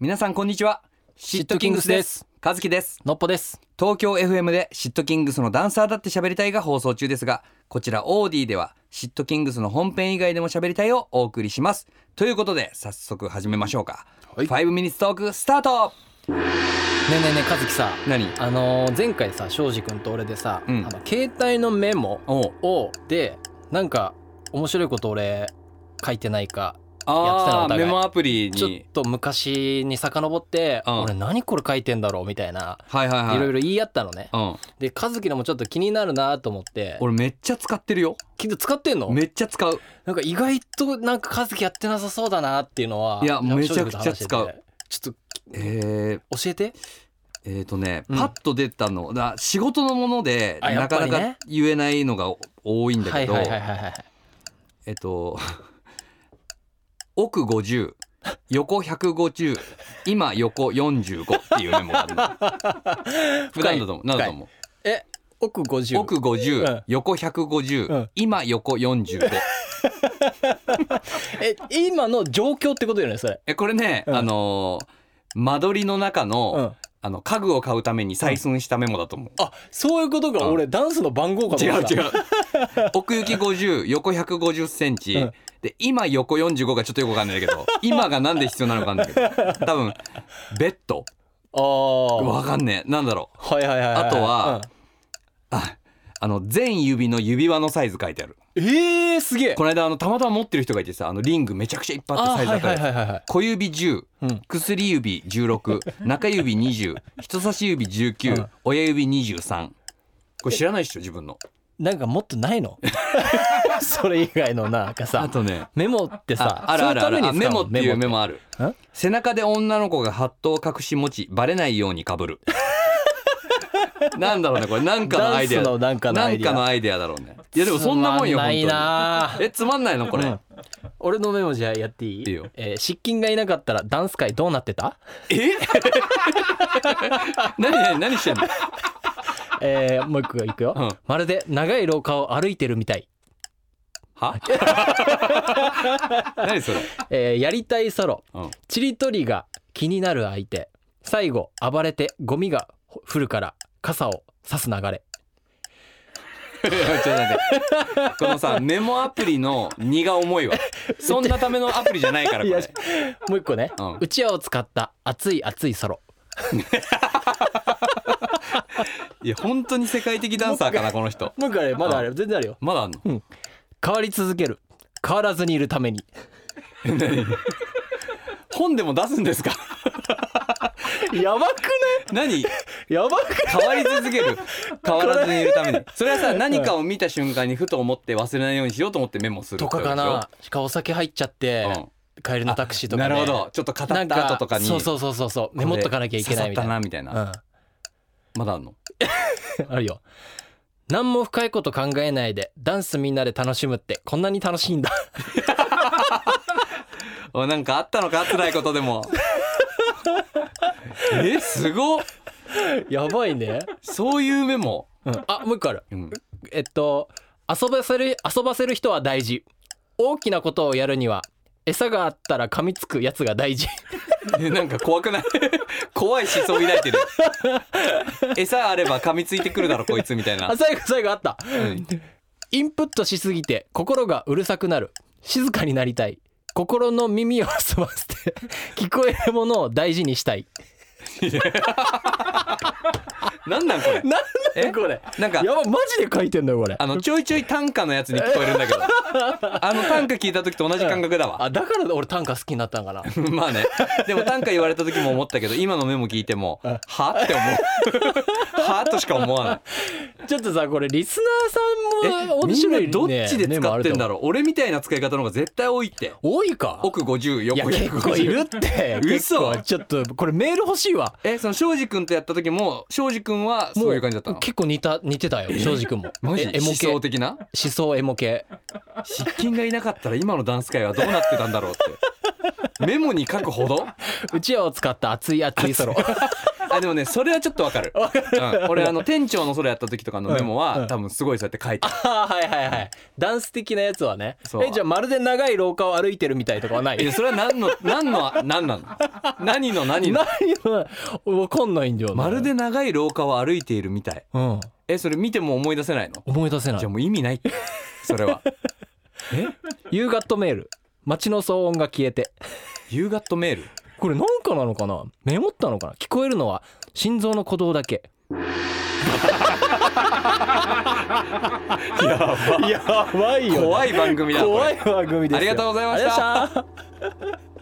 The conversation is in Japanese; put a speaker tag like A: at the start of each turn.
A: 皆さんこんにちはシ
B: ットキングスです
A: 和樹です
B: のっぽです
A: 東京 FM でシットキングスのダンサーだって喋りたいが放送中ですがこちらオーディではシットキングスの本編以外でも喋りたいをお送りしますということで早速始めましょうか、
B: はい
A: 5ミニッツトークスタート
B: ねえねえねえ和樹さ
A: 何
B: あのー前回さ庄司君と俺でさ、
A: うん
B: あの携帯のメモ
A: おう
B: をでなんか面白いこと俺書いてないかやってたの
A: あ
B: お
A: ー
B: 互
A: メ
B: い
A: モアプリ
B: ちょっ
A: に
B: と昔に遡って、
A: うん
B: 俺何これ書いてんだろうみたいな、
A: はいはいはい
B: い、ろいろ言い合ったのね
A: うん、
B: で和樹のもちょっと気になるなと思って
A: 俺めっちゃ使ってるよ
B: きっと使ってんの
A: めっちゃ使う
B: なんか意外となんか和樹やってなさそうだなっていうのはい
A: や
B: なんか
A: めちゃくちゃ
B: 庄司君と話しててちょっ
A: えー、
B: と教えて
A: えーとね、
B: うん
A: パッと出たのだ仕事のもので
B: あや
A: な
B: っぱ
A: かな
B: りね
A: か言えないのが多いんだ
B: は
A: け
B: い
A: ど、
B: はいはいはいはい
A: えっと 奥50横150今横45っていうメモがあるの普段だと思うなんだと思う
B: え奥50
A: 奥50、
B: うん
A: 横150、
B: うん
A: 今横45
B: え今の状況ってことよねそれ、
A: えこれね、
B: うん
A: あのー間取りの中の,、
B: うん、
A: あの家具を買うために採寸したメモだと思う、
B: あそういうことか、
A: うん
B: 俺ダンスの番号かと
A: 違
B: 思
A: う
B: った
A: 違う奥行き50横150センチ、
B: うん
A: で今横45がちょっとよくわかんないけど今がなんで必要なのかわかんないけど多分ベッド
B: ああ
A: わかんねえなんだろう
B: はいはいはいい
A: あとは、ああの全指の指輪のサイズ書いてある
B: うんえー、すげえ
A: この間あのたまたま持ってる人がいてさあのリングめちゃくちゃいっぱいあって
B: あ
A: サ
B: はい
A: イズ
B: はい
A: 測れる、
B: はいはいはい
A: 小指10
B: うん
A: 薬指16中 指20人差し指19、
B: うん
A: 親指23これ知らないっしょ自分の
B: なんかもっとな いのそれ以外のなんか
A: あ
B: さ
A: とね
B: メモってさ
A: ああるあるある
B: そ
A: あ
B: うい
A: メ
B: う
A: モ
B: ために使うの
A: っていうメモある
B: メモって
A: 背中で女の子がハットを隠し持ちバレないようにか ぶるなんだろうねこれなんかのアイデア
B: ダンスのなんかのアイデア
A: なんかのアイデアだろうねいやでもそんなもんよ
B: つまな
A: 本当
B: い
A: に
B: なー
A: えつまんないのこれ、
B: うん俺のメモじゃあやっていい
A: いいよ
B: えー、失禁がいなかったらダンス界どうなってた
A: え何何何してんの
B: えー、もう一個いくよ、
A: うん
B: まるで長い廊下を歩いてるみたい、
A: は 何それ、
B: えー、やりたいソロ
A: うん、
B: ちりとりが気になる相手最後暴れてゴミが降るから傘を差す流れ
A: ちょっと待ってこのさメモアプリの荷が重いわそんなためのアプリじゃないからこ
B: いや
A: れ
B: もう一個ね、
A: うん
B: うちわを使った熱い熱いソロ
A: いや本当に世界的ダンサーかなこの人
B: もう一個あれまだあれ全然あるよ
A: まだあんの
B: 変わり続ける変わらずにいるために
A: 本でも出すんですか
B: やばくね
A: 何
B: やばくね
A: 変わり続ける変わらずにいるためにそれはさ何かを見た瞬間にふと思って忘れないようにしようと思ってメモする
B: とかかなしかお酒入っちゃって、
A: うん
B: 帰りのタクシーと
A: な
B: か、ね、
A: るほどちょっと語
B: な
A: っ
B: ん
A: た後とかに
B: そうそうそうそうそうメモっとかなきゃいけないみたい
A: 刺さったな
B: な
A: みたいなまだあんの
B: うん、あるよ何も深いこと考えないでダンスみんなで楽しむってこんなに楽しいんだ
A: おなんかあったのか辛いことでもえすごっ
B: やばいね、
A: そういうメモ
B: うん、あもう一個ある
A: うん
B: えっと遊ばせる遊ばせる人は大事大きなことをやるには餌があったら噛みつくやつが大事
A: えなんか怖くない 怖い思想抱いてる餌あれば噛みついてくるだろこいつみたいな
B: あ最後最後あった
A: うん
B: インプットしすぎて心がうるさくなる静かになりたい心の耳を澄ませて 聞こえるものを大事にしたい
A: なんなんこれ
B: なん
A: え
B: だこれ
A: なんか
B: やばマジで書いてんだよこれ
A: あのちょいちょい短歌のやつに聞こえるんだけどあの短歌聞いた時と同じ感覚だわ
B: あだから俺短歌好きになったんかな
A: まあねでも短歌言われた時も思ったけど今のメモ聞いても
B: うん
A: はって思うはとしか思わない
B: ちょっとさこれリスナーさん
A: え
B: も面
A: みん
B: 白い、
A: な
B: ね、
A: どっちで使ってんだ
B: ろ
A: ろう俺みたいな使い方の方が絶対多いって
B: 多いか
A: 奥50
B: いや
A: 横
B: 結構いる
A: 150
B: って
A: 嘘
B: 結構ちょっとこれメール欲しいわ
A: えその庄司君とやった時も庄司君は
B: も
A: そういう感じだったの
B: 結構似た似てたよ正直も
A: マジ思
B: えエモ系
A: 想
B: 思
A: 的な
B: 想エモ系
A: 失禁がいなかったら今のダンス界はどうなってたんだろうってメモに書くほど
B: うちわを使った熱い熱いソロ
A: あでもねそれはちょっとわかる、
B: わかる
A: うん、俺あの店長のそれやった時とかのメモは、
B: うんうん
A: 多分すごいそうやって書いてる
B: あー はいはいはいダンス的なやつはね
A: そう
B: えじゃあまるで長い廊下を歩いてるみたいとかはない
A: いやそれは何の何の何なの何の何の
B: 何は分かんないんだよね
A: まるで長い廊下を歩いているみたい
B: うん
A: えそれ見ても思い出せないの
B: 思い出せな
A: じゃあ
B: い
A: もう意味ないってそ れはえ
B: 夕方メール街の騒音が消えて
A: 夕方メール
B: これなんかなのかなメモったのかな聞こえるのは心臓の鼓動だけ
A: やば
B: やばい
A: 怖い番組だこれ
B: い番組
A: ありがとうございました
B: ありがとうございました